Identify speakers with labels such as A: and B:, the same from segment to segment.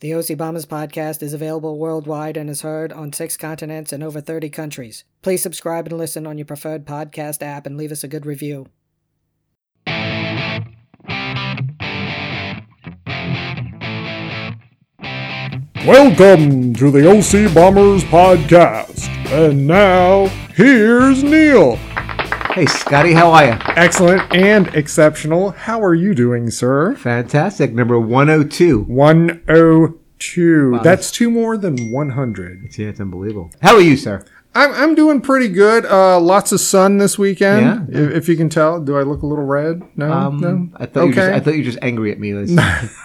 A: The OC Bombers podcast is available worldwide and is heard on six continents and over 30 countries. Please subscribe and listen on your preferred podcast app and leave us a good review.
B: Welcome to the OC Bombers podcast. And now, here's Neil.
C: Hey, Scotty, how are you?
B: Excellent and exceptional. How are you doing, sir?
C: Fantastic. Number 102.
B: 102. That's oh two more than 100.
C: See, that's unbelievable. How are you, sir?
B: I'm, I'm doing pretty good. Uh, lots of sun this weekend,
C: Yeah. Um,
B: if, if you can tell. Do I look a little red? No? no?
C: I thought you were just, I thought you were just angry at me. That's-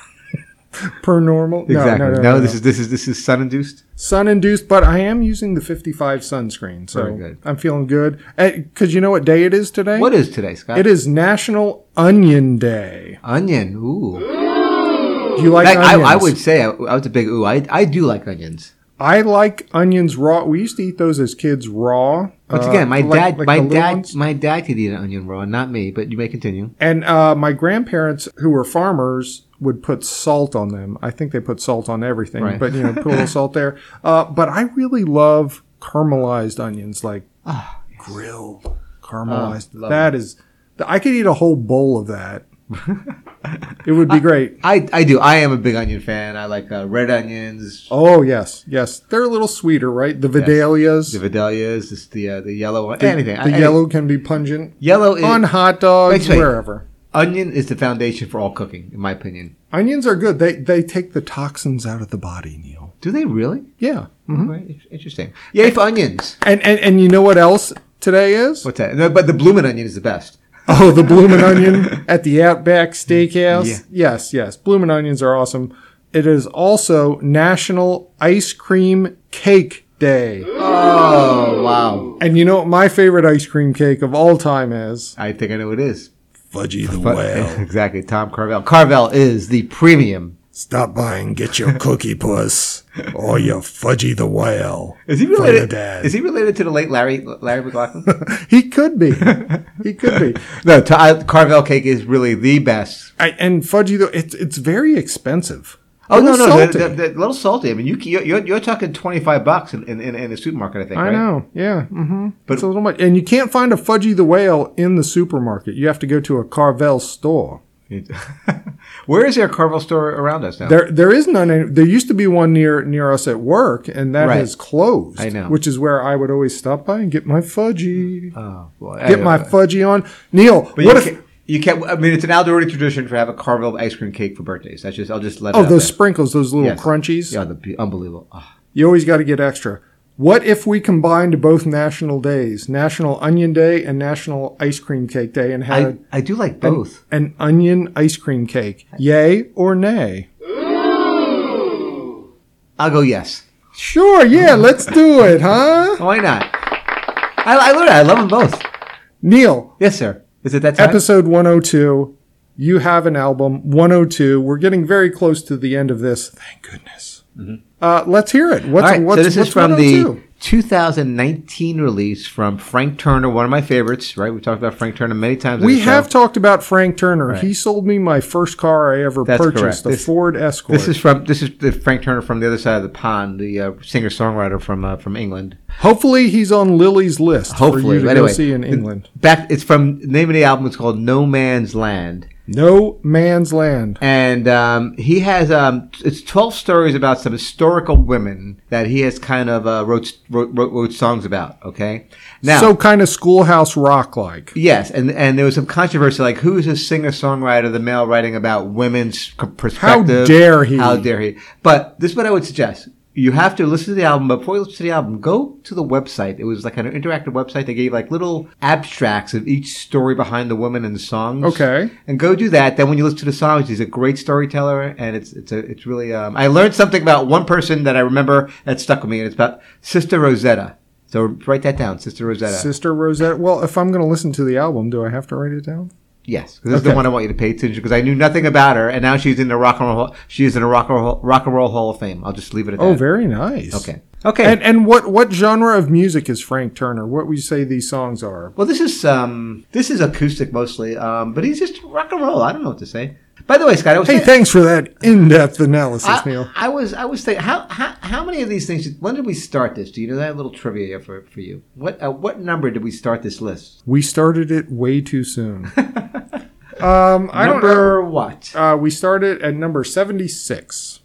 B: per normal? No,
C: exactly.
B: No, no, no,
C: this is this is this is sun induced.
B: sun induced, but I am using the 55 sunscreen, so
C: Very good.
B: I'm feeling good. Because you know what day it is today?
C: What is today, Scott?
B: It is National Onion Day.
C: onion. Ooh.
B: Do you like
C: Like, I,
B: onions?
C: I would say I, I was a big ooh. I, I do like onions.
B: I like onions raw. We used to eat those as kids raw.
C: Once
B: uh,
C: again, my
B: like-
C: dad,
B: like
C: my
B: the little
C: dad,
B: ones.
C: my dad could eat an onion raw, not me. But you may continue.
B: and uh, my grandparents, who were farmers, would put salt on them. I think they put salt on everything,
C: Right.
B: but you know, put a little salt there. Uh, but I really love caramelized onions, like grilled caramelized.
C: Ah, Oh, love
B: that is, I could eat a whole bowl of that. it would be great.
C: I, I do. I am a big onion fan. I like uh, red onions,
B: Oh yes, yes. They're a little sweeter, right? The Vidalias.
C: the vidalias, just the uh, the yellow one,
B: The-
C: anything.
B: The
C: I- I-
B: yellow can be pungent
C: yellow is,
B: on hot dogs,
C: Wait, wait.
B: wherever.
C: onion is the foundation for all cooking, in my opinion.
B: Onions are good. They they take the toxins out of the body, Neil.
C: Do they really? Hmm?
B: Yeah.
C: Right, in- Interesting. Yay for onions.
B: And and and you know what else today is?
C: What's that? No, but the bloomin' onion is the best.
B: Oh, the bloomin' onion at the Outback Steakhouse.
C: Yeah.
B: Yes, yes. Bloomin' onions are awesome. It is also National Ice Cream Cake Day.
C: Oh wow!
B: And you know what my favorite ice cream cake of all time is?
C: I think I know what it is.
B: Fudgy the
C: But- exactly, Tom Carvel. Carvel is the premium.
B: Stop by and get your cookie puss or your fudgy the whale.
C: Is he
B: from your
C: related?
B: dad.
C: Is he related to the late Larry Larry McLaughlin?
B: He could be. he could be.
C: no, t- I, Carvel cake is really the best.
B: I, and fudgy though, it's it's very expensive.
C: Oh
B: A
C: no,
B: little
C: no,
B: salty.
C: the- the- the- a little salty. I mean, you c- you're, you're, you're talking twenty five bucks in, in, in, in the supermarket. I think.
B: I
C: right?
B: know. Yeah. Mm-hmm. But
C: But-
B: it's a little much, and you can't find a fudgy the whale in the supermarket. You have to go to a Carvel store.
C: Where is there a Carvel store around us now?
B: There, there is none. any- There used to be one near near us at work, and that
C: Right.
B: has closed.
C: I know.
B: Which is where I would always stop by and get my fudgy,
C: oh, boy.
B: get my fudgy on. Neil, what
C: But you,
B: if?
C: can't, you can't. I mean, it's an Aldorati tradition to have a Carvel ice cream cake for birthdays. That's just. I'll just let.
B: oh,
C: it out
B: those
C: there.
B: sprinkles, those little
C: Yes.
B: crunchies.
C: Yeah, the unbelievable. Ah,
B: You always got to get extra. What if we combined both national days, National Onion Day and National Ice Cream Cake Day, and
C: I
B: had
C: I do like both.
B: an onion ice cream cake? Yay or nay?
C: I'll go yes.
B: Sure, yeah, let's do it, huh?
C: Why not? I I love it. I love them both.
B: Neil,
C: Yes, sir. Is it that time?
B: episode 102. You have an album, 102. We're getting very close to the end of this. Thank goodness. Uh, let's hear it. What's,
C: Mm-hmm. All right.
B: what's,
C: so this
B: what's
C: is from
B: 102?
C: the 2019 release from Frank Turner, one of my favorites. Right, we've talked about Frank Turner many times. on
B: We
C: the show.
B: have talked about Frank Turner. He sold me my first car I ever
C: That's
B: purchased,
C: correct.
B: the
C: This-
B: Ford Escort.
C: This is from this is the Frank Turner from the other side of the pond, the uh, singer songwriter from uh, from England.
B: Hopefully, he's on Lily's list for
C: Hopefully,
B: you to
C: anyway,
B: go see in
C: the-
B: England.
C: Back, it's from name of the album. It's called No Man's Land,
B: No Man's Land.
C: and um, he has um, it's twelve stories about some historical women that he has kind of uh, wrote, wrote wrote wrote songs about. Okay, now
B: so kind of schoolhouse rock like.
C: yes, and and there was some controversy like who is this singer songwriter, the male writing about women's c- perspective?
B: dare he.
C: How dare he? But this is what I would suggest. You have to listen to the album. Before you listen to the album, go to the website. It was like an interactive website. They gave like little abstracts of each story behind the woman and the songs.
B: Okay.
C: And go do that. Then when you listen to the songs, he's a great storyteller, and it's it's a it's really. Um, I learned something about one person that I remember that stuck with me, and it's about Sister Rosetta. So write that uh, down, Sister Rosetta.
B: Sister Rosette. Well, if I'm going to listen to the album, do I have to write it down?
C: Yes, 'cause this is
B: Okay.
C: the one I want you to pay attention because I knew nothing about her, and now she's in the rock and roll. She's in the rock and roll, rock and roll Hall of Fame. I'll just leave it at
B: Oh,
C: that.
B: very nice.
C: okay, okay.
B: And and what what genre of music is Frank Turner? What would you say these songs are?
C: well, this is um, this is acoustic mostly, um, but he's just rock and roll. I don't know what to say. By the way, Scott, I was
B: Hey,
C: thinking-
B: thanks for that in-depth analysis,
C: I,
B: Neil.
C: I was I was thinking how, how how many of these things? When did we start this? Do you know that little trivia here for for you? What uh, what number did we start this list?
B: We started it way too soon. um, I don't know.
C: number what?
B: Uh, we started at number 76.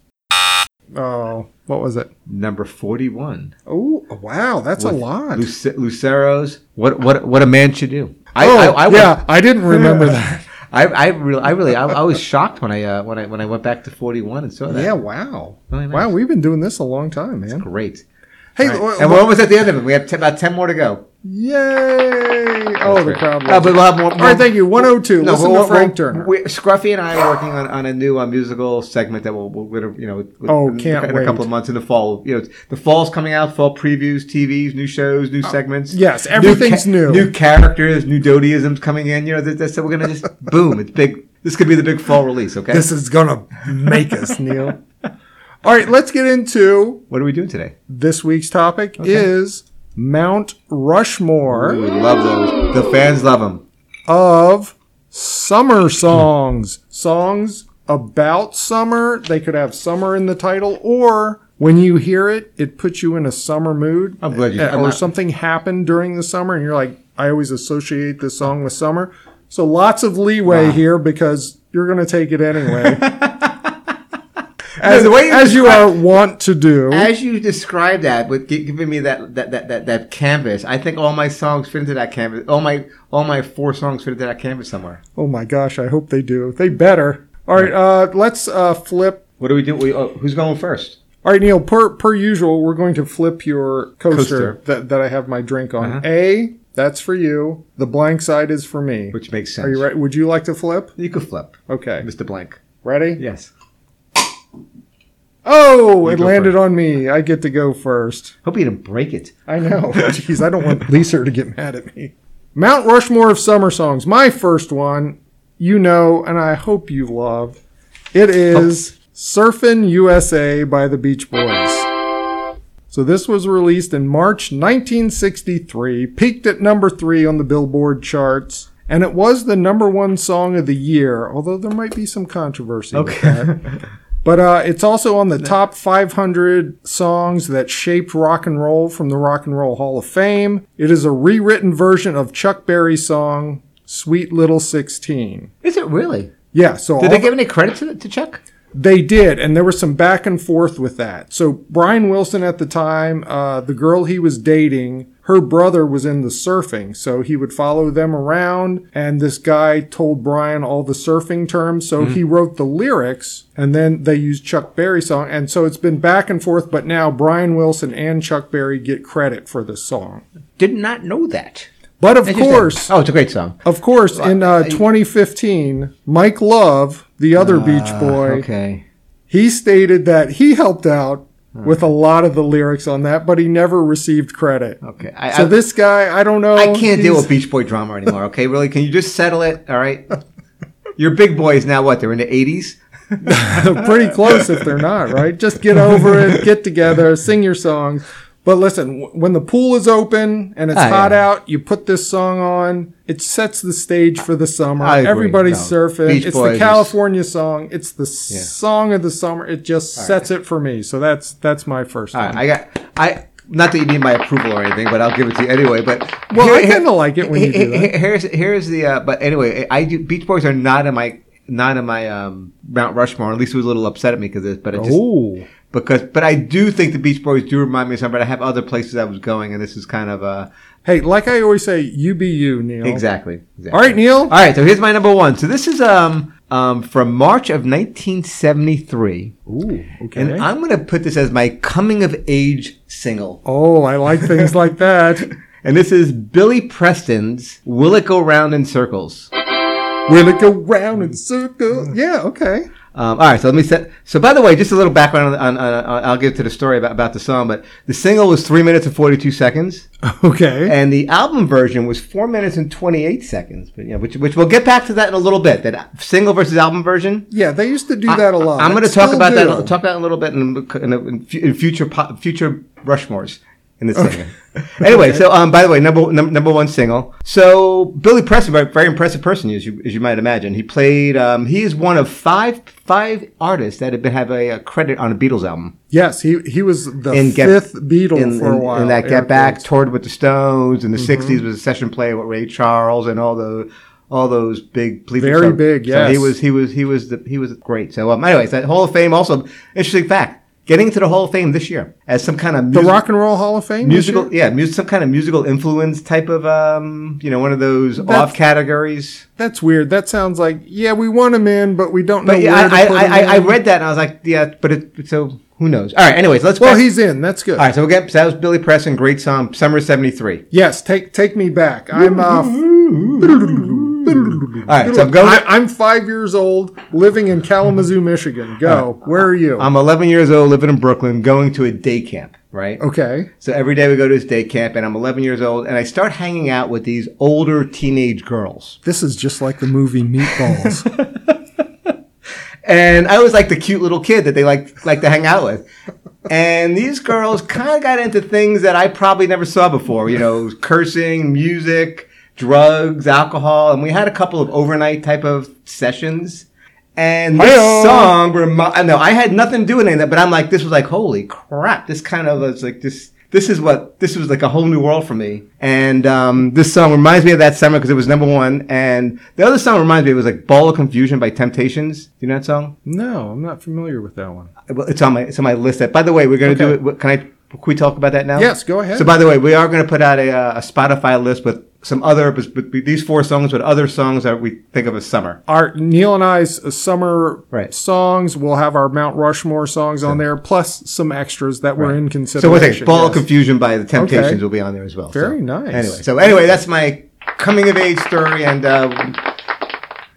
B: Oh, what was it?
C: Number forty one.
B: Oh, wow, that's a lot.
C: Luce- Lucero's. What what what a man should do. I,
B: oh,
C: I, I was-
B: yeah, I didn't remember that.
C: I, I really, I really, I, I was shocked when I uh, when I when I went back to forty one and saw that.
B: Yeah, wow.
C: Really nice.
B: Wow, we've been doing this a long time, man.
C: great.
B: Hey,
C: All right.
B: well,
C: and we're almost at the end of it. We have t- about ten more to go.
B: yay! Oh, the crowd.
C: Uh,
B: loves
C: but
B: it.
C: we'll have more.
B: All right, thank you. 102. Listen
C: we'll-
B: to Frank
C: we'll-
B: Turner.
C: we- Scruffy and I are working on, on a new uh, musical segment that we'll, we'll we're gonna, you know, with-
B: Oh,
C: in,
B: can't
C: in a couple
B: wait.
C: of months in the fall. You know, the fall's coming out. Fall previews, TVs, new shows, new segments.
B: Uh, yes,
C: New
B: everything's new.
C: New characters, new Dodeisms coming in. You know, that, that's that we're gonna just boom. It's big. This could be the big fall release. Okay.
B: this is going to make us, Neil. All right, let's get into
C: what are we doing today?
B: this week's topic is Mount Rushmore.
C: We love those. The fans love them.
B: of summer songs. Songs about summer. They could have summer in the title, or when you hear it, it puts you in a summer mood.
C: I'm glad you-
B: Uh,
C: I'm
B: Or
C: not-
B: something happened during the summer, and you're like, I always associate this song with summer. So lots of leeway here because you're going to take it anyway. As,
C: the way you
B: as you are wont to do.
C: As you describe that, with gi- giving me that that, that, that that canvas, I think all my songs fit into that canvas. All my all my four songs fit into that canvas somewhere.
B: oh my gosh, I hope they do. They better. All right, uh, let's uh, flip
C: What do we do? We, oh, who's going first?
B: All right, Neil. Per per usual, we're going to flip your coaster,
C: Coaster. Uh-huh.
B: That, that I have my drink on. A, that's for you. The blank side is for me.
C: Which makes sense.
B: Are you right? Would you like to flip?
C: You could flip,
B: Okay,
C: Mr. Blank.
B: ready?
C: Yes.
B: Oh, it
C: go
B: landed on me. I get to go first.
C: Hope you didn't break it.
B: I know. Jeez, I don't want Lisa to get mad at me. Mount Rushmore of summer songs. My first one, you know, and I hope you love. It is "Surfin' USA by the Beach Boys. So this was released in March 1963, peaked at number three on the Billboard charts, and it was the number one song of the year, although there might be some controversy with that. But uh, it's also on the top 500 songs that shaped rock and roll from the Rock and Roll Hall of Fame. It is a rewritten version of Chuck Berry's song "Sweet Little 16."
C: Is it really?
B: Yeah, so all
C: Did they
B: the-
C: give any credit to, to Chuck?
B: they did, and there was some back and forth with that. So Brian Wilson at the time, uh, the girl he was dating, her brother was in the surfing, so he would follow them around. And this guy told Brian all the surfing terms, so he wrote the lyrics, and then they used Chuck Berry song. And so it's been back and forth, but now Brian Wilson and Chuck Berry get credit for this song.
C: Did not know that.
B: But of
C: That's just-
B: course,
C: Oh, it's a great song.
B: of course, in uh, 2015, Mike Love, the other Beach Boy,
C: Okay.
B: he stated that he helped out with a lot of the lyrics on that, but he never received credit.
C: Okay. I,
B: So
C: I,
B: this guy, I don't know.
C: I can't deal
B: he's-
C: with Beach Boy drama anymore. Okay, really? Can you just settle it? All right. Your big boys now what? They're in the 80s?
B: pretty close if they're not right. Just get over it, get together, sing your songs. But listen, w- when the pool is open and it's
C: Ah,
B: hot
C: yeah.
B: out, you put this song on. It sets the stage for the summer.
C: I agree.
B: Everybody's
C: No.
B: surfing.
C: Beach
B: it's
C: Boys
B: the
C: is-
B: California song. It's the song of the summer. It just sets it for me. So that's that's my first.
C: All
B: one.
C: right, I got I. Not that you need my approval or anything, but I'll give it to you anyway. But
B: Well, I kinda like it when you do that.
C: Here's here's the uh, but anyway, I do. Beach Boys are not in my not in my um, Mount Rushmore. At least was a little upset at me because this, but it just
B: oh,
C: because but I do think the Beach Boys do remind me of something. But I have other places I was going, and this is kind of uh
B: hey, like I always say, you be you, Neil.
C: exactly. exactly.
B: Oh. All right, Neil.
C: All right, so here's my number one. So this is um um from March of 1973,
B: Ooh, okay.
C: and I'm gonna put this as my coming of age single.
B: oh, I like things like that.
C: And this is Billy Preston's Will It Go Round in Circles?
B: Will it go round in circles? Yeah, okay.
C: Um, all right, so let me set. So, by the way, just a little background on, on, on I'll give to the story about, about the song, but the single was 3 minutes and 42 seconds,
B: Okay.
C: and the album version was 4 minutes and 28 seconds, but, yeah, which, which we'll get back to that in a little bit, that single versus album version.
B: Yeah, they used to do that a lot.
C: I'm going to
B: They
C: talk
B: still
C: about that
B: do.
C: talk about that a little bit in, in, in, fu- in future po- future Rushmores. in the singer. anyway, so um, by the way, number num- number one single. So Billy Preston, very, very impressive person, as you as you might imagine. He played. Um, he is one of five five artists that have been have a, a credit on a Beatles album.
B: Yes, he he was the
C: In Get-
B: fifth Beatle
C: in,
B: for a
C: in-
B: while. Mm-hmm.
C: in that
B: Eric
C: Get Back
B: Clapton.
C: toured with the Stones in the '60s was a session player with Ray Charles and all the all those big bleepers.
B: Very
C: So-
B: big,
C: so he
B: yes.
C: was he was he was the, he was great. So um, anyways, that Hall of Fame also interesting fact. Getting into the Hall of Fame this year as some kind of
B: the
C: music,
B: Rock and Roll Hall of Fame. this
C: musical,
B: year?
C: yeah, mus some kind of musical influence type of, um, you know, one of those off categories.
B: That's weird. That sounds like yeah, we want him in, but we don't know.
C: But yeah,
B: where to
C: I,
B: put
C: I, I,
B: him
C: I
B: in.
C: read that and I was like, yeah, but it, so who knows? All right, anyways, let's.
B: Well,
C: back-
B: he's in. That's good.
C: all right. So we get so that was Billy Preston, great song, Summer '73.
B: Yes, take take me back. I'm uh,
C: All right, so I'm going.
B: I, I'm five years old, living in Kalamazoo, Michigan. Go. Where are you?
C: I'm 11 years old, living in Brooklyn, going to a day camp. Right.
B: okay.
C: So every day we go to this day camp, and I'm 11 years old, and I start hanging out with these older teenage girls.
B: This is just like the movie Meatballs.
C: and I was like the cute little kid that they like like to hang out with. And these girls kind of got into things that I probably never saw before. You know, cursing, music, drugs, alcohol, and we had a couple of overnight type of sessions. And this
B: Hi-yo.
C: song, remi- I know I had nothing to do with any of that, but I'm like, this was like, holy crap! This kind of was like this. This is what this was like a whole new world for me. And um, this song reminds me of that summer because it was number one. And the other song reminds me it was like "Ball of Confusion" by Temptations. Do you know that song?
B: no, I'm not familiar with that one.
C: Well, it's on my it's on my list. By the way, we're going to
B: Okay.
C: do it. Can I? Can we talk about that now?
B: Yes, go ahead.
C: So, by the way, we are going to put out a, uh, a Spotify list with some other with, with these four songs, with other songs that we think of as summer.
B: Our Neil and I's uh, summer
C: Right.
B: songs. We'll have our Mount Rushmore songs on there, plus some extras that were in
C: So, what's
B: consideration.
C: it? Ball of
B: yes.
C: Confusion by the Temptations
B: Okay.
C: will be on there as well. So,
B: Very nice.
C: Anyway, so anyway, that's my coming of age story, and uh,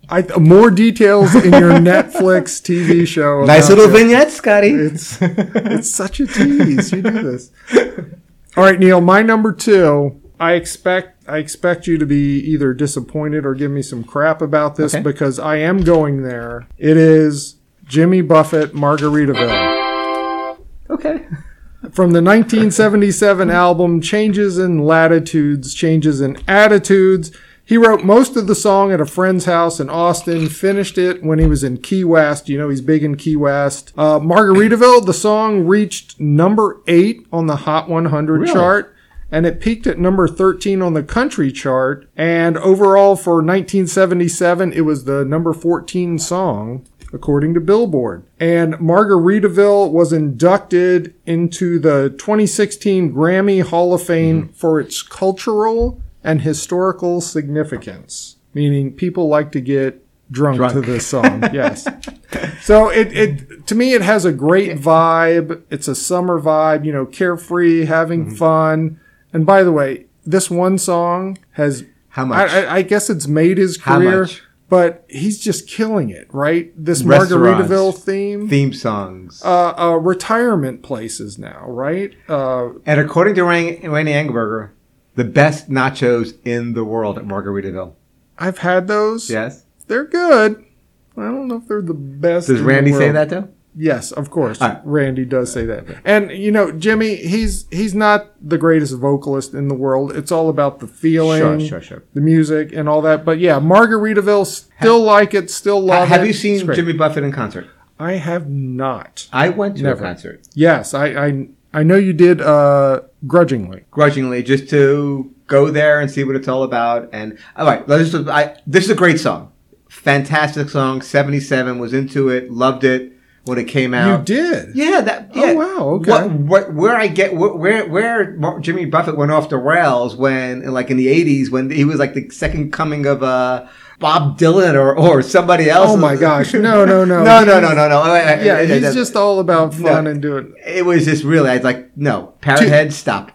B: I, more details in your Netflix TV show.
C: nice
B: about
C: little
B: this.
C: vignette, Scotty.
B: It's it's such a tease. You do this. All right, Neil. My number two. I expect I expect you to be either disappointed or give me some crap about this
C: Okay.
B: because I am going there. It is Jimmy Buffett, Margaritaville,
C: okay.
B: from the 1977 album Changes in Latitudes, Changes in Attitudes. He wrote most of the song at a friend's house in Austin, finished it when he was in Key West. You know, he's big in Key West. Uh, Margaritaville, the song reached number eight on the Hot 100
C: Really?
B: chart, and it peaked at number 13 on the country chart. And overall, for 1977, it was the number 14 song. According to Billboard. And Margaritaville was inducted into the 2016 Grammy Hall of Fame for its cultural and historical significance, meaning people like to get drunk,
C: Drunk.
B: to this song. yes. So it, it to me it has a great vibe. It's a summer vibe, you know, carefree, having fun. And by the way, this one song has
C: How much?
B: I, I, I guess it's made his
C: How
B: career,
C: much?
B: but he's just killing it, right? This
C: Restaurants.
B: Margaritaville theme.
C: Theme songs.
B: uh, uh, retirement places now, right? Uh,
C: And according to Rain- Randy Engelberger, the best nachos in the world at Margaritaville.
B: I've had those.
C: Yes.
B: They're good. I don't know if they're the best.
C: Does
B: in the
C: Randy say
B: world.
C: that though?
B: Yes, of course.
C: All right.
B: Randy does say that. And you know, Jimmy, he's he's not the greatest vocalist in the world. It's all about the feeling,
C: Sure, sure, sure.
B: the music and all that. But yeah, Margaritaville still like it, still love
C: Have
B: it.
C: you
B: It's
C: seen
B: great.
C: Jimmy Buffett in concert?
B: I have not.
C: I went to
B: Never.
C: a concert
B: Yes, I I, I know you did uh grudgingly.
C: grudgingly just to go there and see what it's all about. And all right, let's just, I, this is a great song, fantastic song. Seventy seven was into it, loved it when it came out.
B: You did.
C: Yeah, that.
B: Oh,
C: Yeah.
B: wow, okay.
C: What, what, where I get where- where where Mar- Jimmy Buffett went off the rails when, like in the '80s, when he was like the second coming of uh, Bob Dylan or or somebody else.
B: Oh my gosh. No, no, no.
C: no, no, no, no, Oh, no. I- I-
B: Yeah,
C: I- I-
B: he's
C: I-
B: just all about fun
C: No.
B: and doing
C: It was just really. I was like, no, Parrot
B: Too-
C: Head, stop.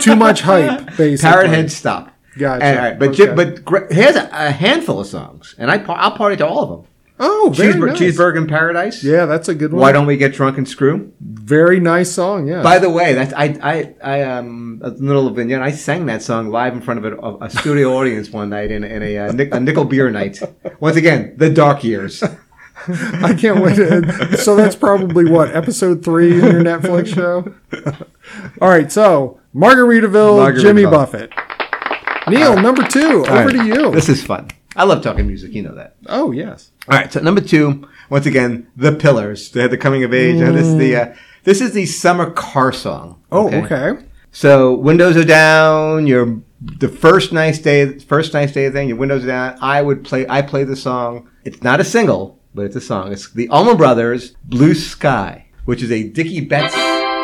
B: too much hype basically.
C: Parrot Head, stop.
B: Gotcha.
C: And, all right, but Jim,
B: Okay.
C: but gr- here's a, a handful of songs, and I par- I'll party to all of them.
B: Oh, very
C: Cheeseburg-
B: nice.
C: Cheeseburger in Paradise.
B: Yeah, that's a good one.
C: Why don't we get drunk and screw?
B: Very nice song, yeah.
C: By the way, that's I I I um a little vignette. I sang that song live in front of a, a studio audience one night in, in a, uh, nick, a nickel beer night. Once again, the dark years.
B: I can't wait. To, so that's probably what episode three in your Netflix show. All right, so Margaritaville, Jimmy
C: Margaritaville.
B: Buffett. Neil, number two,
C: All
B: over
C: right.
B: to you.
C: This is fun. I love talking music. You know that.
B: oh yes,
C: All right. So number two, once again, the Pillars. They had the coming of age. Now, This is the uh, this is the summer car song.
B: oh okay.
C: So windows are down. Your the first nice day, first nice day thing. Your windows are down. I would play. I play the song. It's not a single, but it's a song. It's the Allman Brothers' "Blue Sky," which is a Dickie Betts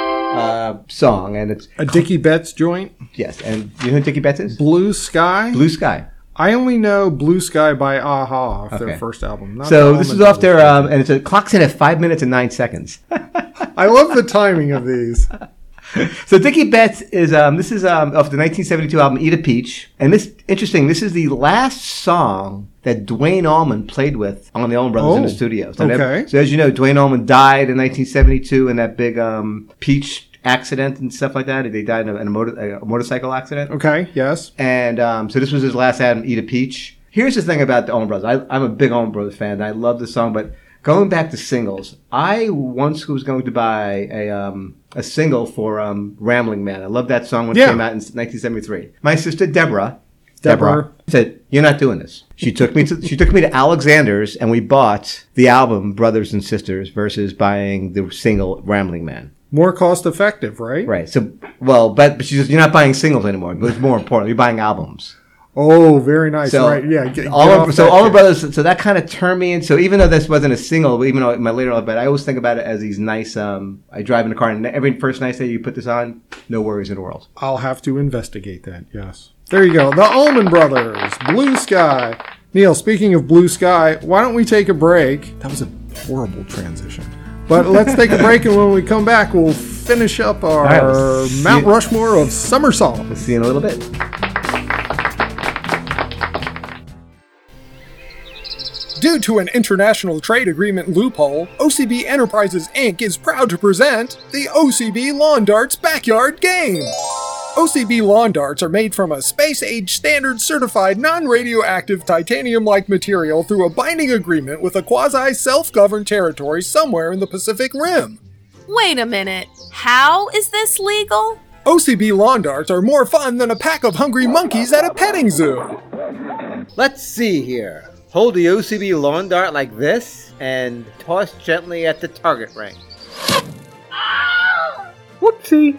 C: uh, song, and it's
B: A Dickie Betts joint,
C: yes. And you know who Dickie Betts is?
B: Blue Sky.
C: Blue Sky.
B: I only know Blue Sky by Aha off their
C: Okay.
B: first album. Not
C: So
B: the
C: this is
B: Almond
C: off their, um, and it's a clocks in at five minutes and nine seconds. uh,
B: Brothers. I love the timing of these.
C: So Dickie Betts is um, this is um, off the 1972 album Eat a Peach, and this interesting. This is the last song that Dwayne Allman played with on the Allman Brothers in the
B: Oh,
C: studio. So, that-
B: okay.
C: so as you know, Dwayne Allman died in 1972 in that big um, Peach accident and stuff like that. They died in a, in a, motor, a motorcycle accident.
B: Okay, yes.
C: And um, so this was his last album, Eat a Peach. Here's the thing about the Allman Brothers. I, I'm a big Allman Brothers fan. and I love this song, but going back to singles, I once was going to buy a um, a single for um, Rambling Man. I love that song when
B: Yeah.
C: it came out in 1973. My sister Deborah.
B: Deborah.
C: said, "You're not doing this." She took me to she took me to Alexander's, and we bought the album Brothers and Sisters versus buying the single Rambling Man.
B: More cost effective, right?
C: Right. So, well, but, but she says you're not buying singles anymore. But it's more important, you're buying albums.
B: Oh, very nice.
C: So
B: right, yeah. get-
C: all
B: get
C: of-
B: off
C: so
B: that
C: all
B: kick.
C: of brothers. So that kind of turned me in. So even though this wasn't a single, even though my later, but I always think about it as these nice. Um, I drive in the car, and every first nice day you put this on, no worries in the world.
B: I'll have to investigate that. Yes. There you go. The Allman Brothers, Blue Sky. Neil, speaking of Blue Sky, why don't we take a break? That was a horrible transition. But let's take a break, and when we come back, we'll finish up our
C: right, we'll see
B: Mount
C: you-
B: Rushmore of summer songs.
C: See you in a little bit.
B: Due to an international trade agreement loophole, OCB Enterprises Inc. is proud to present the OCB Lawn Darts Backyard Game. OCB lawn darts are made from a space age standard certified non radioactive titanium like material through a binding agreement with a quasi self governed territory somewhere in the Pacific Rim.
D: Wait a minute. How is this legal?
B: OCB lawn darts are more fun than a pack of hungry monkeys at a petting zoo.
E: Let's see here. Hold the OCB lawn dart like this and toss gently at the target ring. Whoopsie!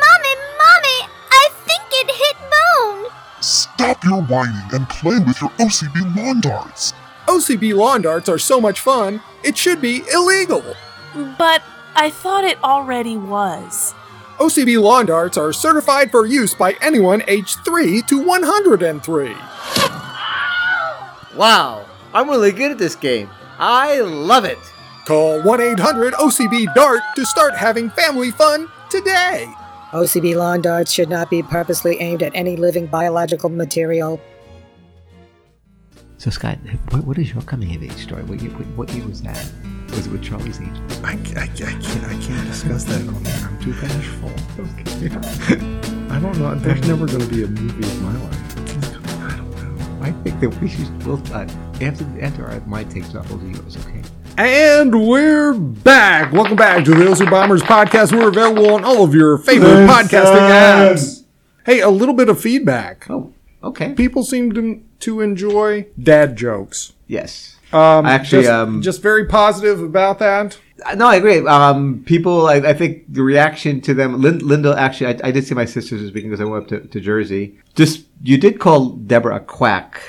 F: Mommy, Mommy, I think it hit bone.
G: Stop your whining and play with your OCB lawn darts.
B: OCB lawn darts are so much fun, it should be illegal.
D: But I thought it already was.
B: OCB lawn darts are certified for use by anyone aged 3 to 103.
E: Wow, I'm really good at this game. I love it.
B: Call 1 800 OCB DART to start having family fun today.
A: OCB lawn darts should not be purposely aimed at any living biological material.
C: So Scott, what, what is your coming of age story? What year, what, what year was that? Was it with Charlie's Angels?
B: I, can't, I can't discuss that on there. I'm too bashful. I don't know. There's never going to be a movie of my life.
C: I don't know. I think that we should we'll uh, after after our, my takes off, we'll do yours. Okay.
B: And we're back. Welcome back to the OC Bombers podcast. We're available on all of your favorite podcasting apps. Hey, a little bit of feedback.
C: Oh, okay.
B: people seem to, to enjoy dad jokes.
C: Yes.
B: Um,
C: Actually,
B: just,
C: um,
B: just very positive about that.
C: Uh, No, I agree. Um, people, I, I think the reaction to them, Lin, Linda, actually, I, I did see my sisters this weekend because I went up to, to Jersey. Just, you did call Deborah a quack.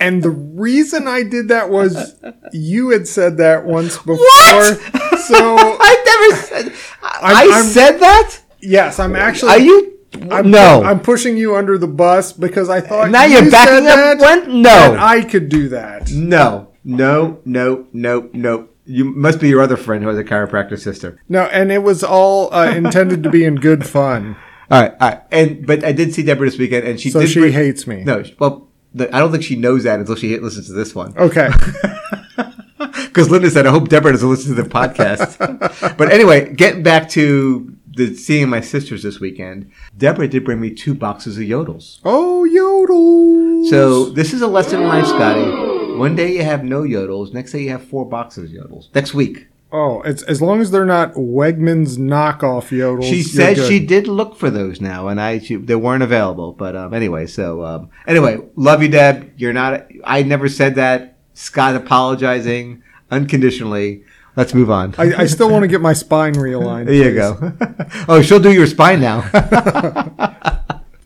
B: And the reason I did that was you had said that once before. So
C: I never said, I,
B: I'm-
C: I said that?
B: yes, I'm actually.
C: Are you?
B: I'm,
C: no.
B: I'm pushing you under the bus because I thought
C: now
B: you
C: you're backing
B: said that,
C: up one? No.
B: and I could do that.
C: no. No, no, no, no. You must be your other friend who has a chiropractor sister.
B: No, and it was all uh, intended to be in good fun.
C: All right, all right. And, but I did see Deborah this weekend and she
B: So
C: did.
B: she
C: bring-
B: hates me.
C: No, she- well, the, I don't think she knows that until she hit- listens to this one.
B: Okay.
C: Because Linda said, I hope Deborah doesn't listen to the podcast. but anyway, getting back to the seeing my sisters this weekend, Deborah did bring me two boxes of yodels.
B: Oh, yodel.
C: So this is a lesson in life, Scotty. One day you have no yodels. Next day you have four boxes of yodels. Next week.
B: Oh, it's as long as they're not Wegman's knockoff yodels.
C: She
B: you're
C: said
B: good.
C: she did look for those now, and I she, they weren't available. But um, anyway, so um, anyway, love you, Deb. You're not. I never said that. Scott apologizing unconditionally. Let's move on.
B: I, I still want to get my spine realigned.
C: there you
B: please.
C: go. oh, she'll do your spine now.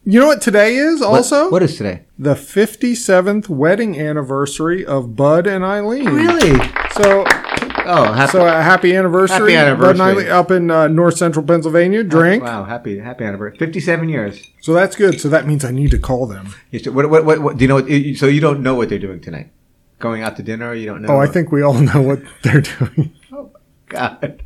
B: You know what today is also?
C: what is today?
B: the 57th wedding anniversary of Bud and Eileen.
C: Really?
B: So,
C: Oh, happy.
B: so a happy anniversary,
C: Happy
B: Bud and
C: anniversary.
B: Eileen up in uh, North Central Pennsylvania. Drink.
C: Wow, happy happy anniversary. Fifty-seven years.
B: So that's good. So that means I need to call them.
C: You should- What, what, what, what, do you know? What, you- so you don't know what they're doing tonight? Going out to dinner? You don't know?
B: Oh, I think we all know what they're doing.
C: God.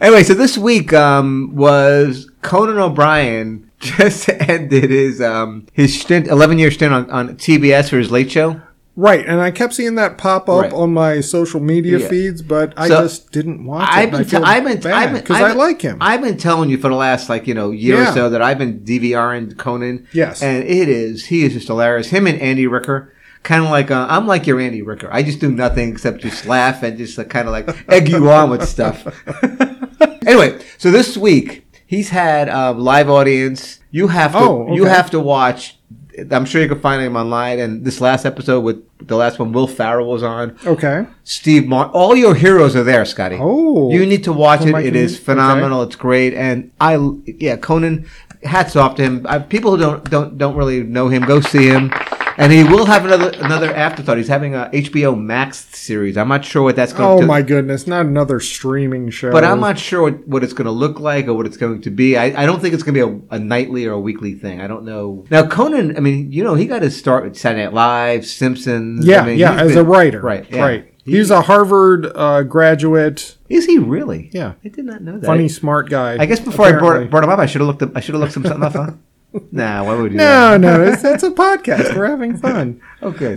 C: anyway, so this week um, was Conan O'Brien just ended his um, his stint, eleven year stint on, on TBS for his Late Show.
B: Right, and I kept seeing that pop up
C: Right.
B: on my social media
C: Yeah.
B: feeds, but I
C: So,
B: just didn't watch
C: I've
B: it.
C: been, t- I've been, I've been,
B: because
C: I've
B: I
C: been-
B: like him.
C: I've been telling you for the last like you know year
B: Yeah.
C: or so that I've been DVRing Conan.
B: Yes.
C: and it is he is just hilarious. Him and Andy Ricker, kind of like uh, I'm like your Andy Ricker. I just do nothing except just laugh and just like, kind of like egg you on with stuff. anyway, so this week he's had a live audience. You have to,
B: Oh,
C: you
B: okay.
C: have to watch. I'm sure you can find him online. And this last episode with the last one, Will Farrell was on.
B: okay,
C: Steve Martin. All your heroes are there, Scotty.
B: Oh.
C: you need to watch
B: From
C: it.
B: my
C: It is
B: community?
C: phenomenal. It's great, and I yeah, Conan. Hats off to him. I, people who don't don't don't really know him, go see him. And he will have another another afterthought. He's having a HBO Max series. I'm not sure what that's going
B: oh
C: to.
B: my goodness, not another streaming show.
C: But I'm not sure what, what it's going to look like or what it's going to be. I, I don't think it's going to be a, a nightly or a weekly thing. I don't know. Now, Conan, I mean, you know, he got his start with Saturday Night Live, Simpsons.
B: Yeah,
C: I mean,
B: yeah,
C: he's
B: as
C: been-
B: a writer,
C: Right, yeah.
B: right. He's a Harvard uh, graduate,
C: Is he really?
B: Yeah.
C: I did not know that.
B: funny, smart guy.
C: I guess before I
B: apparently.
C: brought, brought him up, I should have looked. Up, I should have looked some something up, huh? Nah, why would you?
B: No, no, it's, it's a podcast. We're having fun.
C: Okay.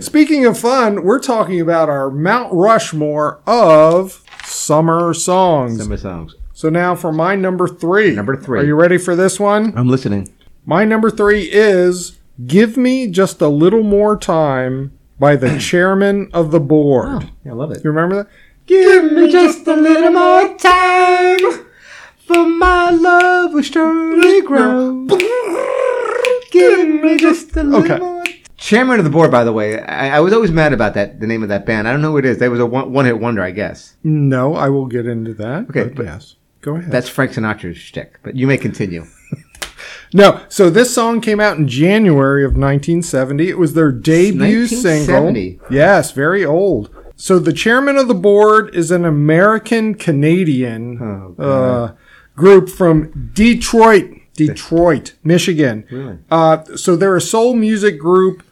B: Speaking of fun, we're talking about our Mount Rushmore of summer songs.
C: Number songs.
B: So now for my number three.
C: Number three.
B: Are you ready for this one?
C: I'm listening.
B: My number three is Give Me Just a Little More Time by the chairman of the board.
C: Yeah, I love it.
B: You remember that?
C: Give me just a little more time, for my love will surely grow. Give me just a little
B: Okay.
C: more. Chairman of the board, by the way, I, I was always mad about that. The name of that band, I don't know who it is. They was a one, one-hit wonder, I guess.
B: No, I will get into that.
C: Okay,
B: but
C: but-
B: yes. Go ahead.
C: That's Frank Sinatra's shtick. But you may continue.
B: No, so this song came out in January of 1970. It was their debut
C: 1970.
B: single. Yes, very old. So the chairman of the board is an American Canadian
C: Oh,
B: uh, group from Detroit, Detroit, Michigan.
C: Really?
B: Uh, so they're a soul music group,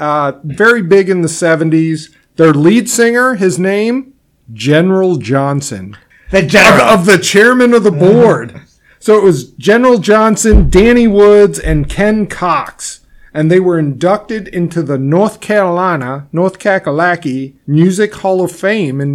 B: uh, very big in the 70s. Their lead singer, his name, General Johnson
C: The general. Uh-huh.
B: of, of the chairman of the board. So it was General Johnson, Danny Woods, and Ken Cox. And they were inducted into the North Carolina, North Kakalaki Music Hall of Fame in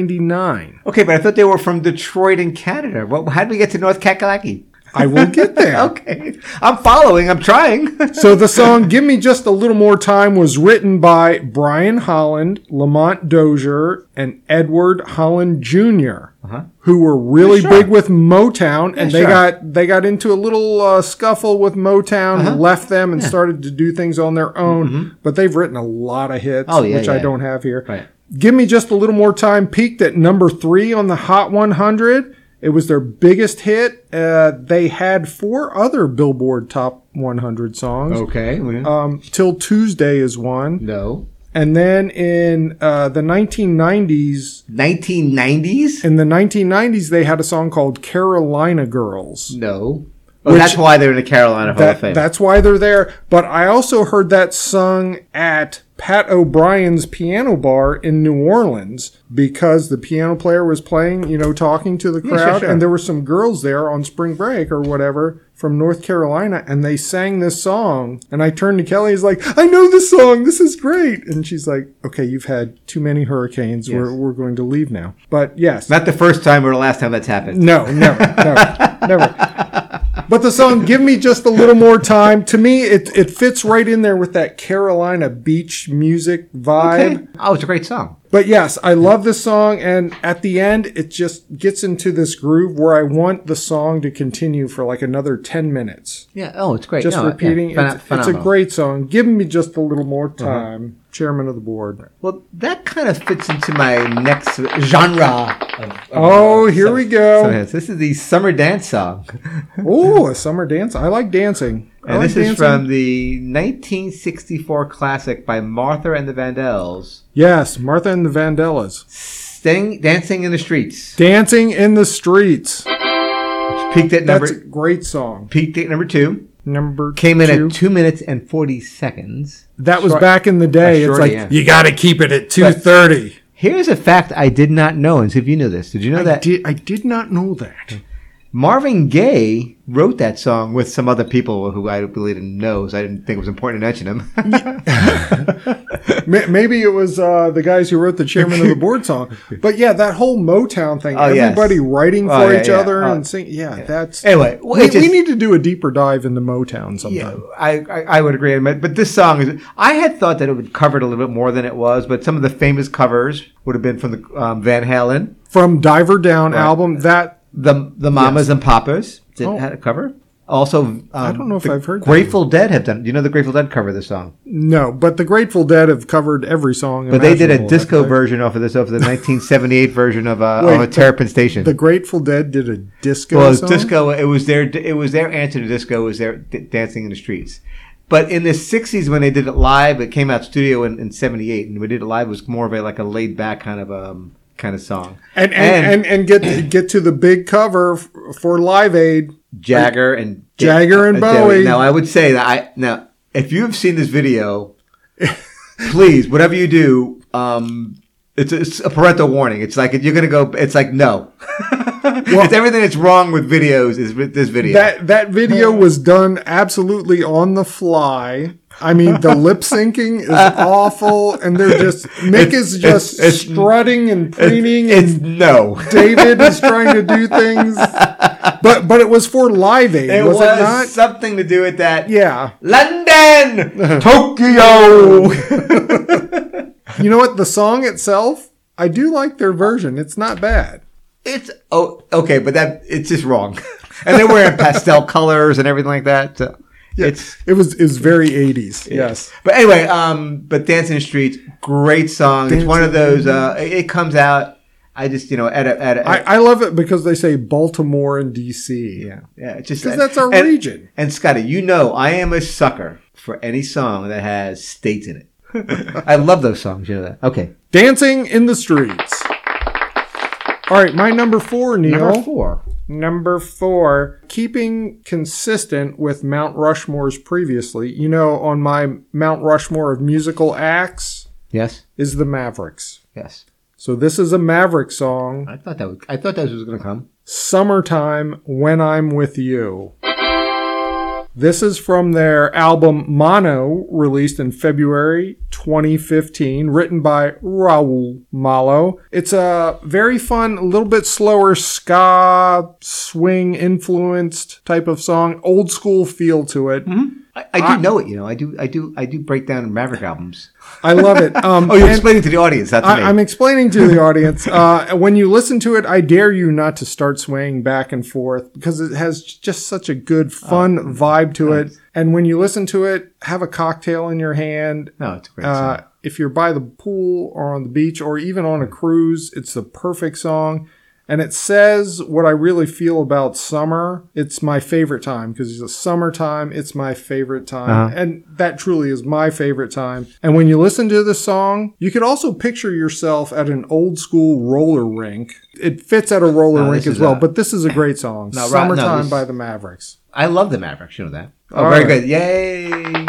B: 1999.
C: Okay, but I thought they were from Detroit and Canada. What, how did we get to North Kakalaki?
B: I will get there.
C: Okay. I'm following. I'm trying.
B: So the song Give Me Just a Little More Time was written by Brian Holland, Lamont Dozier, and Edward Holland junior
C: Uh-huh.
B: who were really
C: Yeah, sure.
B: big with Motown and they
C: sure.
B: got they got into a little uh, scuffle with Motown
C: Uh-huh.
B: and left them and started to do things on their own, but they've written a lot of hits
C: Mm-hmm. Oh, yeah,
B: which I
C: yeah.
B: don't have here.
C: Right.
B: Give Me Just a Little More Time peaked at number three on the Hot 100. It was their biggest hit. Uh, they had four other Billboard Top 100 songs.
C: okay.
B: Um, Till Tuesday is one.
C: no.
B: And then in uh, the 1990s,
C: 1990s?
B: in the 1990s, they had a song called Carolina Girls.
C: No. Oh, that's why they're in the Carolina Hall of
B: That,
C: Fame.
B: that's why they're there. But I also heard that sung at Pat O'Brien's piano bar in New Orleans because the piano player was playing, you know, talking to the
C: sure,
B: crowd.
C: sure.
B: And there were some girls there on spring break or whatever from North Carolina. And they sang this song. And I turned to Kelly. He's like, I know this song. This is great. And she's like, okay, you've had too many hurricanes. We're, we're going to leave now. But yes.
C: Not the first time or the last time that's happened.
B: No, never, never, never. But the song "Give Me Just a Little More Time" to me, it it fits right in there with that Carolina beach music vibe.
C: Okay. Oh, it's a great song.
B: But yes, I love this song, and at the end, it just gets into this groove where I want the song to continue for like another ten minutes,
C: Yeah. Oh, it's great.
B: just
C: No, yeah,
B: repeating.
C: pheno-
B: it's, it's a
C: phenomenal. Uh-huh.
B: great song. Give me just a little more time, Chairman of the Board.
C: Well, that kind of fits into my next genre. Of, of-
B: Oh, here we go.
C: So, yes, this is the summer dance song,
B: Oh, a summer dance. I like dancing. I
C: and
B: like
C: this
B: dancing.
C: is from the 1964 classic by Martha and the Vandells,
B: yes, Martha and the Vandellas,
C: Sting, "Dancing in the Streets,"
B: dancing in the streets.
C: which peaked at
B: That's
C: number
B: a great song.
C: peaked at number two,
B: Number
C: came in
B: two.
C: at two minutes and forty seconds.
B: That was
C: Short-
B: back in the day.
C: a
B: it's
C: shorty,
B: like
C: yeah.
B: you got to keep it at two thirty.
C: Here's a fact I did not know, and see if you knew this. Did you know
B: I
C: that
B: did. I did not know that.
C: Marvin Gaye wrote that song with some other people who I really didn't know, so I didn't think it was important to mention them.
B: Ma- Maybe it was uh, the guys who wrote the chairman of the board song. But yeah, that whole Motown thing.
C: Oh, yes.
B: everybody writing for
C: Oh, yeah,
B: each
C: yeah.
B: other
C: Oh,
B: and singing. Yeah, that's.
C: anyway, well,
B: we,
C: it just-
B: we need to do a deeper dive into Motown sometime.
C: yeah, I, I I would agree, but but this song is. I had thought that it would cover it a little bit more than it was, but some of the famous covers would have been from the um, Van Halen,
B: From Diver Down album, that
C: the the Mamas and Papas did
B: Oh.
C: had a cover. Also, um, I
B: don't know if I've heard that.
C: Grateful Dead have done. You know the Grateful Dead cover this song.
B: no, but the Grateful Dead have covered every song.
C: But they did a
B: imaginable,
C: disco
B: right?
C: version off of this, off of the 1978 version of uh,
B: Wait,
C: of a
B: the-
C: Terrapin Station.
B: The Grateful Dead did a disco.
C: well, it was
B: song?
C: disco. It was their it was their answer to disco. Was their d- dancing in the streets. But in the 60s, when they did it live, it came out studio in, in 78, and we did it live. It was more of a like a laid back kind of um kind of song.
B: And and, and, and get to, get to the big cover f- for Live Aid.
C: Jagger and
B: Jagger and
C: uh, Bowie.
B: Bowie.
C: Now I would say that I now if you have seen this video, please whatever you do, um, it's, it's a parental warning. It's like you're gonna go. It's like no. it's everything that's wrong with videos is with this video.
B: That that video was done absolutely on the fly. I mean, the lip syncing is awful, and they're just Mick
C: It's-
B: is just
C: it's- it's-
B: strutting and preening,
C: it's
B: and
C: no.
B: David is trying to do things. But but it was for Live Aid,
C: It
B: was,
C: was,
B: it not?
C: something to do with that.
B: Yeah.
C: London, Tokyo.
B: You know what? The song itself, I do like their version. It's not bad.
C: it's oh okay, but that it's just wrong. and they're wearing pastel colors and everything like that. So it's
B: It was it was very eighties. Yes.
C: But anyway, um, but Dancing in the Streets, great song. it's one of those. Uh, it it comes out. I just you know at a at a,
B: I, I love it because they say Baltimore and DC.
C: yeah yeah it's just
B: Because that's our
C: and-
B: region.
C: And Scotty, you know I am a sucker for any song that has states in it. I love those songs. You know that. Okay,
B: Dancing in the streets. All right, my number four, Neil.
C: number four.
B: Number four, keeping consistent with Mount Rushmore's previously. You know, on my Mount Rushmore of musical acts
C: Yes,
B: is the Mavericks.
C: yes.
B: So this is a Maverick song,
C: I thought that was, I thought that was going to come.
B: Summertime When I'm With You. This is from their album Mono, released in February 2015, written by Raul Malo. It's a very fun, a little bit slower ska swing influenced type of song, old school feel to it.
C: I, I do know it. You know I do I do I do break down Maverick albums.
B: I love it. Um,
C: Oh, you're
B: and-
C: explaining to the audience. That's
B: I,
C: me.
B: I'm explaining to the audience. Uh, when you listen to it, I dare you not to start swaying back and forth because it has just such a good, fun vibe to it. And when you listen to it, have a cocktail in your hand.
C: no, it's a great
B: Uh,
C: song.
B: if you're by the pool or on the beach or even on a cruise, it's the perfect song. And it says what I really feel about summer. It's my favorite time because it's a summertime. It's my favorite time.
C: Uh-huh.
B: And that truly is my favorite time. And when you listen to this song, you could also picture yourself at an old school roller rink. It fits at a roller
C: No,
B: rink
C: this
B: as
C: is
B: well,
C: a-
B: but this is a great song.
C: No, right, no,
B: Summertime
C: this-
B: by the Mavericks.
C: I love the Mavericks. You know that. Oh,
B: All
C: very
B: right.
C: good. Yay.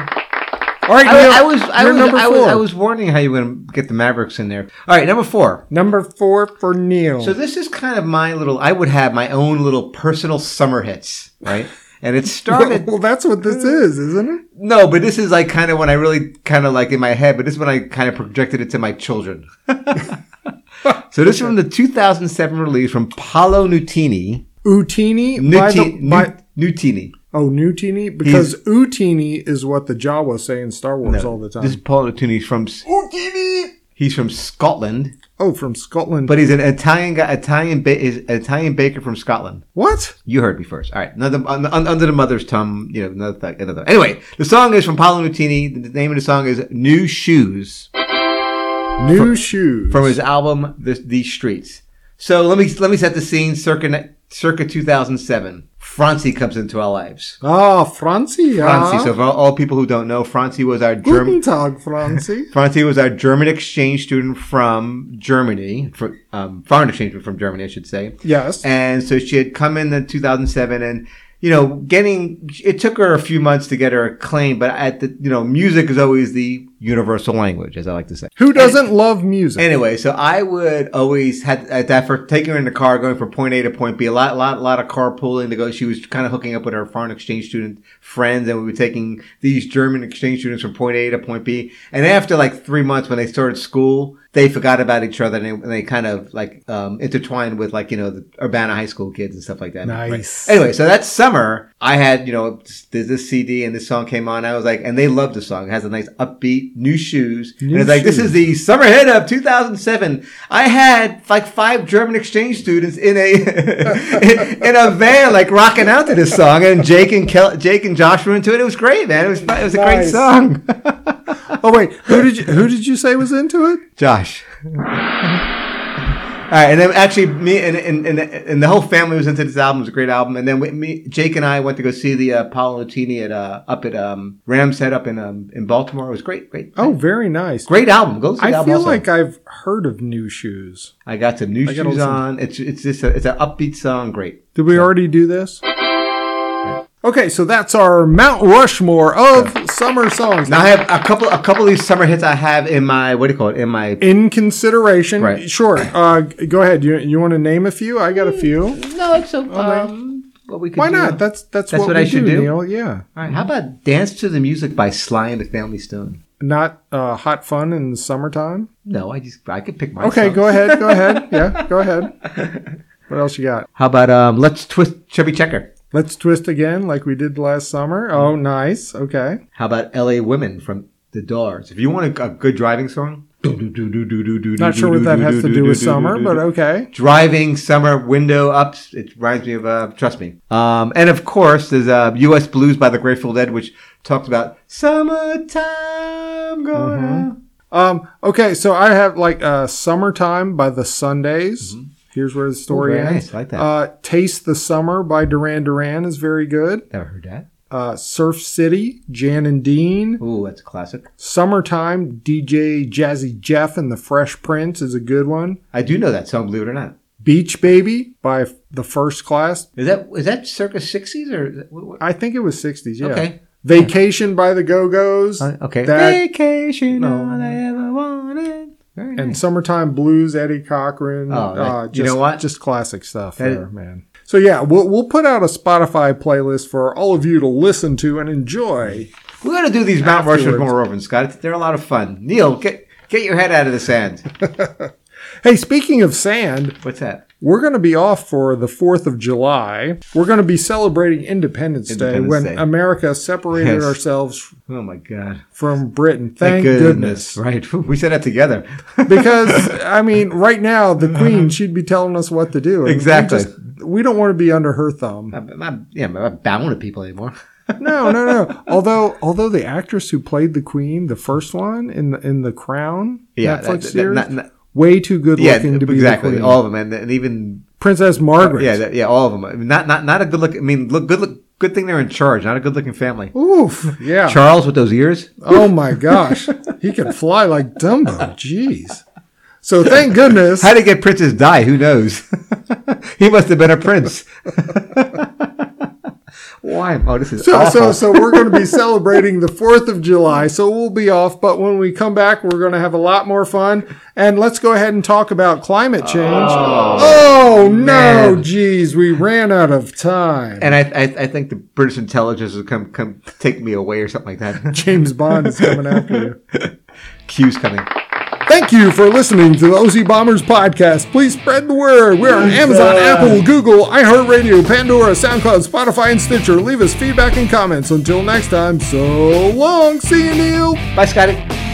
B: All right, Neil,
C: I, I was, I
B: you're
C: was,
B: number
C: I was,
B: four.
C: I was warning how you were going to get the Mavericks in there. All right, number four.
B: number four for Neil.
C: So this is kind of my little. I would have my own little personal summer hits, right? And it started.
B: well, that's what this is, isn't it?
C: no, but this is like kind of when I really kind of like in my head. But this is when I kind of projected it to my children. so this is from the 2007 release from Paolo Nutini.
B: Utini by
C: Nuti-
B: the by,
C: Nut- New teeny.
B: Oh, new teeny? Because ooh teeny is what the Jawas say in Star Wars all the time.
C: This is Paul Nutini. He's from. He's from Scotland,
B: oh, from Scotland.
C: but he's an Italian guy. Italian ba- is an Italian baker from Scotland.
B: what?
C: You heard me first. All right, another un, un- under the mother's tongue. You know, another thug, another. Anyway, the song is from Paolo Nutini. The name of the song is "New Shoes"
B: New shoes.
C: from his album the, "These Streets." So let me let me set the scene. Circa circa 2007, Francie comes into our lives.
B: ah, Francie.
C: Francie.
B: ah.
C: So for all, all people who don't know, Francie was our
B: Guten
C: German.
B: Tag, Francie.
C: Francie was our German exchange student from Germany, from, um, foreign exchange student from Germany, I should say.
B: yes.
C: And so she had come in in 2007 and, you know, getting, it took her a few months to get her acclaim, but at the, you know, music is always the universal language, as I like to say.
B: Who doesn't love music?
C: Anyway, so I would always had at that for taking her in the car, going from point A to point B. A lot, lot, lot of carpooling to go. She was kind of hooking up with her foreign exchange student friends, and we were taking these German exchange students from point A to point B. And after like three months, when they started school, they forgot about each other, and they, and they kind of like um, intertwined with like you know the Urbana high school kids and stuff like that.
B: Nice.
C: Anyway, so that summer, I had you know this, this CD and this song came on. I was like, and they loved the song. It has a nice upbeat, new shoes.
B: New
C: and it's like this
B: shoes.
C: is the summer hit of 2007. I had like five German exchange students in a in, in a van, like rocking out to this song, and Jake and Kel- Jake and Josh were into it. It was great, man. It was fun. it was a great
B: Nice.
C: song.
B: oh wait, who did you, who did you say was into it?
C: Josh. All right, and then actually, me and, and, and, and the whole family was into this album. It was a great album. And then we, me, Jake and I went to go see the uh, Paolo Nutini at uh, up at um, Rams Head up in um, in Baltimore. It was great, great,
B: Oh, very nice.
C: great album. Go see the
B: I
C: album.
B: feel
C: also.
B: like I've heard of new shoes.
C: I got some new
B: I got
C: shoes
B: also-
C: on. It's it's just a, it's an upbeat song. Great.
B: Did we already do this? Okay, so that's our Mount Rushmore of summer songs.
C: Now I have a couple a couple of these summer hits I have in my what do you call it in my
B: in consideration,
C: Right.
B: sure. Uh, g- go ahead. You, you want to name a few? I got a few.
C: no it's so um what we could
B: Why
C: do.
B: not? That's that's,
C: That's
B: what,
C: what
B: we
C: I should do?
B: Neil. Yeah,
C: all right. How about dance to the music by Sly and the Family Stone?
B: not uh, hot fun in the summertime.
C: No, I just I could pick my
B: Okay,
C: songs.
B: go ahead. Go ahead. Yeah, go ahead. What else you got?
C: How about um, let's twist Chubby Checker?
B: Let's twist again, like we did last summer. Oh, nice. Okay.
C: How about L.A. Women from The Doors? If you want a, a good driving song,
B: Not
C: not
B: sure what that has to do with summer, but okay.
C: driving summer window ups. It reminds me of uh, Trust Me. Um, and of course, there's uh, U.S. Blues by the Grateful Dead, which talks about summertime going out.
B: Um, okay, so I have like uh, "Summertime" by the Sundays. Here's where the story
C: Mm-hmm. very
B: ends.
C: nice. I like that.
B: Uh, "Taste the Summer" by Duran Duran is very good.
C: Never heard that.
B: Uh, "Surf City" Jan and Dean.
C: Ooh, that's a classic.
B: "Summertime" DJ Jazzy Jeff and the Fresh Prince is a good one.
C: I do know that song, believe it or not.
B: "Beach Baby" by the First Class.
C: Is that is that circa sixties or? is that- what- what-
B: I think it was '60s. Yeah.
C: Okay.
B: "Vacation" by the Go Go's.
C: Uh, okay.
B: That-
C: Vacation
B: No.
C: all I ever wanted. Very nice.
B: and "Summertime Blues" Eddie Cochran.
C: Oh, that-
B: uh,
C: you know
B: just-
C: what?
B: Just classic stuff
C: That
B: there, man. So yeah, we'll we'll put out a Spotify playlist for all of you to listen to and enjoy.
C: We're gonna do these Mount Rushmores
B: Afterwards.
C: more often, Scott. It's- They're a lot of fun. Neil, get get your head out of the sand.
B: Hey, speaking of sand,
C: What's that?
B: we're going to be off for the 4th of July. We're going to be celebrating Independence, Day
C: Independence
B: when
C: Day.
B: America separated
C: Yes.
B: ourselves
C: Oh my God!
B: from Britain. Thank, goodness.
C: Right? We said that together.
B: because I mean, right now the Queen, she'd be telling us what to do. and we
C: Uh-huh. Exactly.
B: just- we don't want to be under her thumb.
C: I'm not, yeah, I'm not bowing to people anymore.
B: No, no, no. although, although the actress who played the queen, the first one in the, in the Crown
C: Yeah,
B: Netflix
C: that- that-
B: series,
C: not- not-
B: way too good
C: yeah,
B: looking to be
C: exactly.
B: the queen.
C: All of them, and, and even
B: Princess Margaret.
C: yeah, that- yeah, all of them. I mean, not not not a good look. I mean, look good look. Good thing they're in charge. Not a good looking family.
B: Oof. Yeah.
C: Charles with those ears.
B: oh my gosh, he can fly like Dumbo. Jeez. So thank goodness.
C: How to get princes die? Who knows? he must have been a prince. Why? Oh, this is
B: So,
C: awful.
B: so, so we're going to be celebrating the 4th of July. So we'll be off. But when we come back, we're going to have a lot more fun. And let's go ahead and talk about climate change. Oh, no.
C: man.
B: Geez, we ran out of time.
C: And I, I, I think the British intelligence will come, come take me away or something like that.
B: James Bond is coming after you.
C: Q's coming.
B: Thank you for listening to the OC Bombers podcast. Please spread the word. We're on Amazon, Apple, Google, iHeartRadio, Pandora, SoundCloud, Spotify, and Stitcher. Leave us feedback and comments. Until next time, so long. See you, Neil.
C: Bye, Scotty.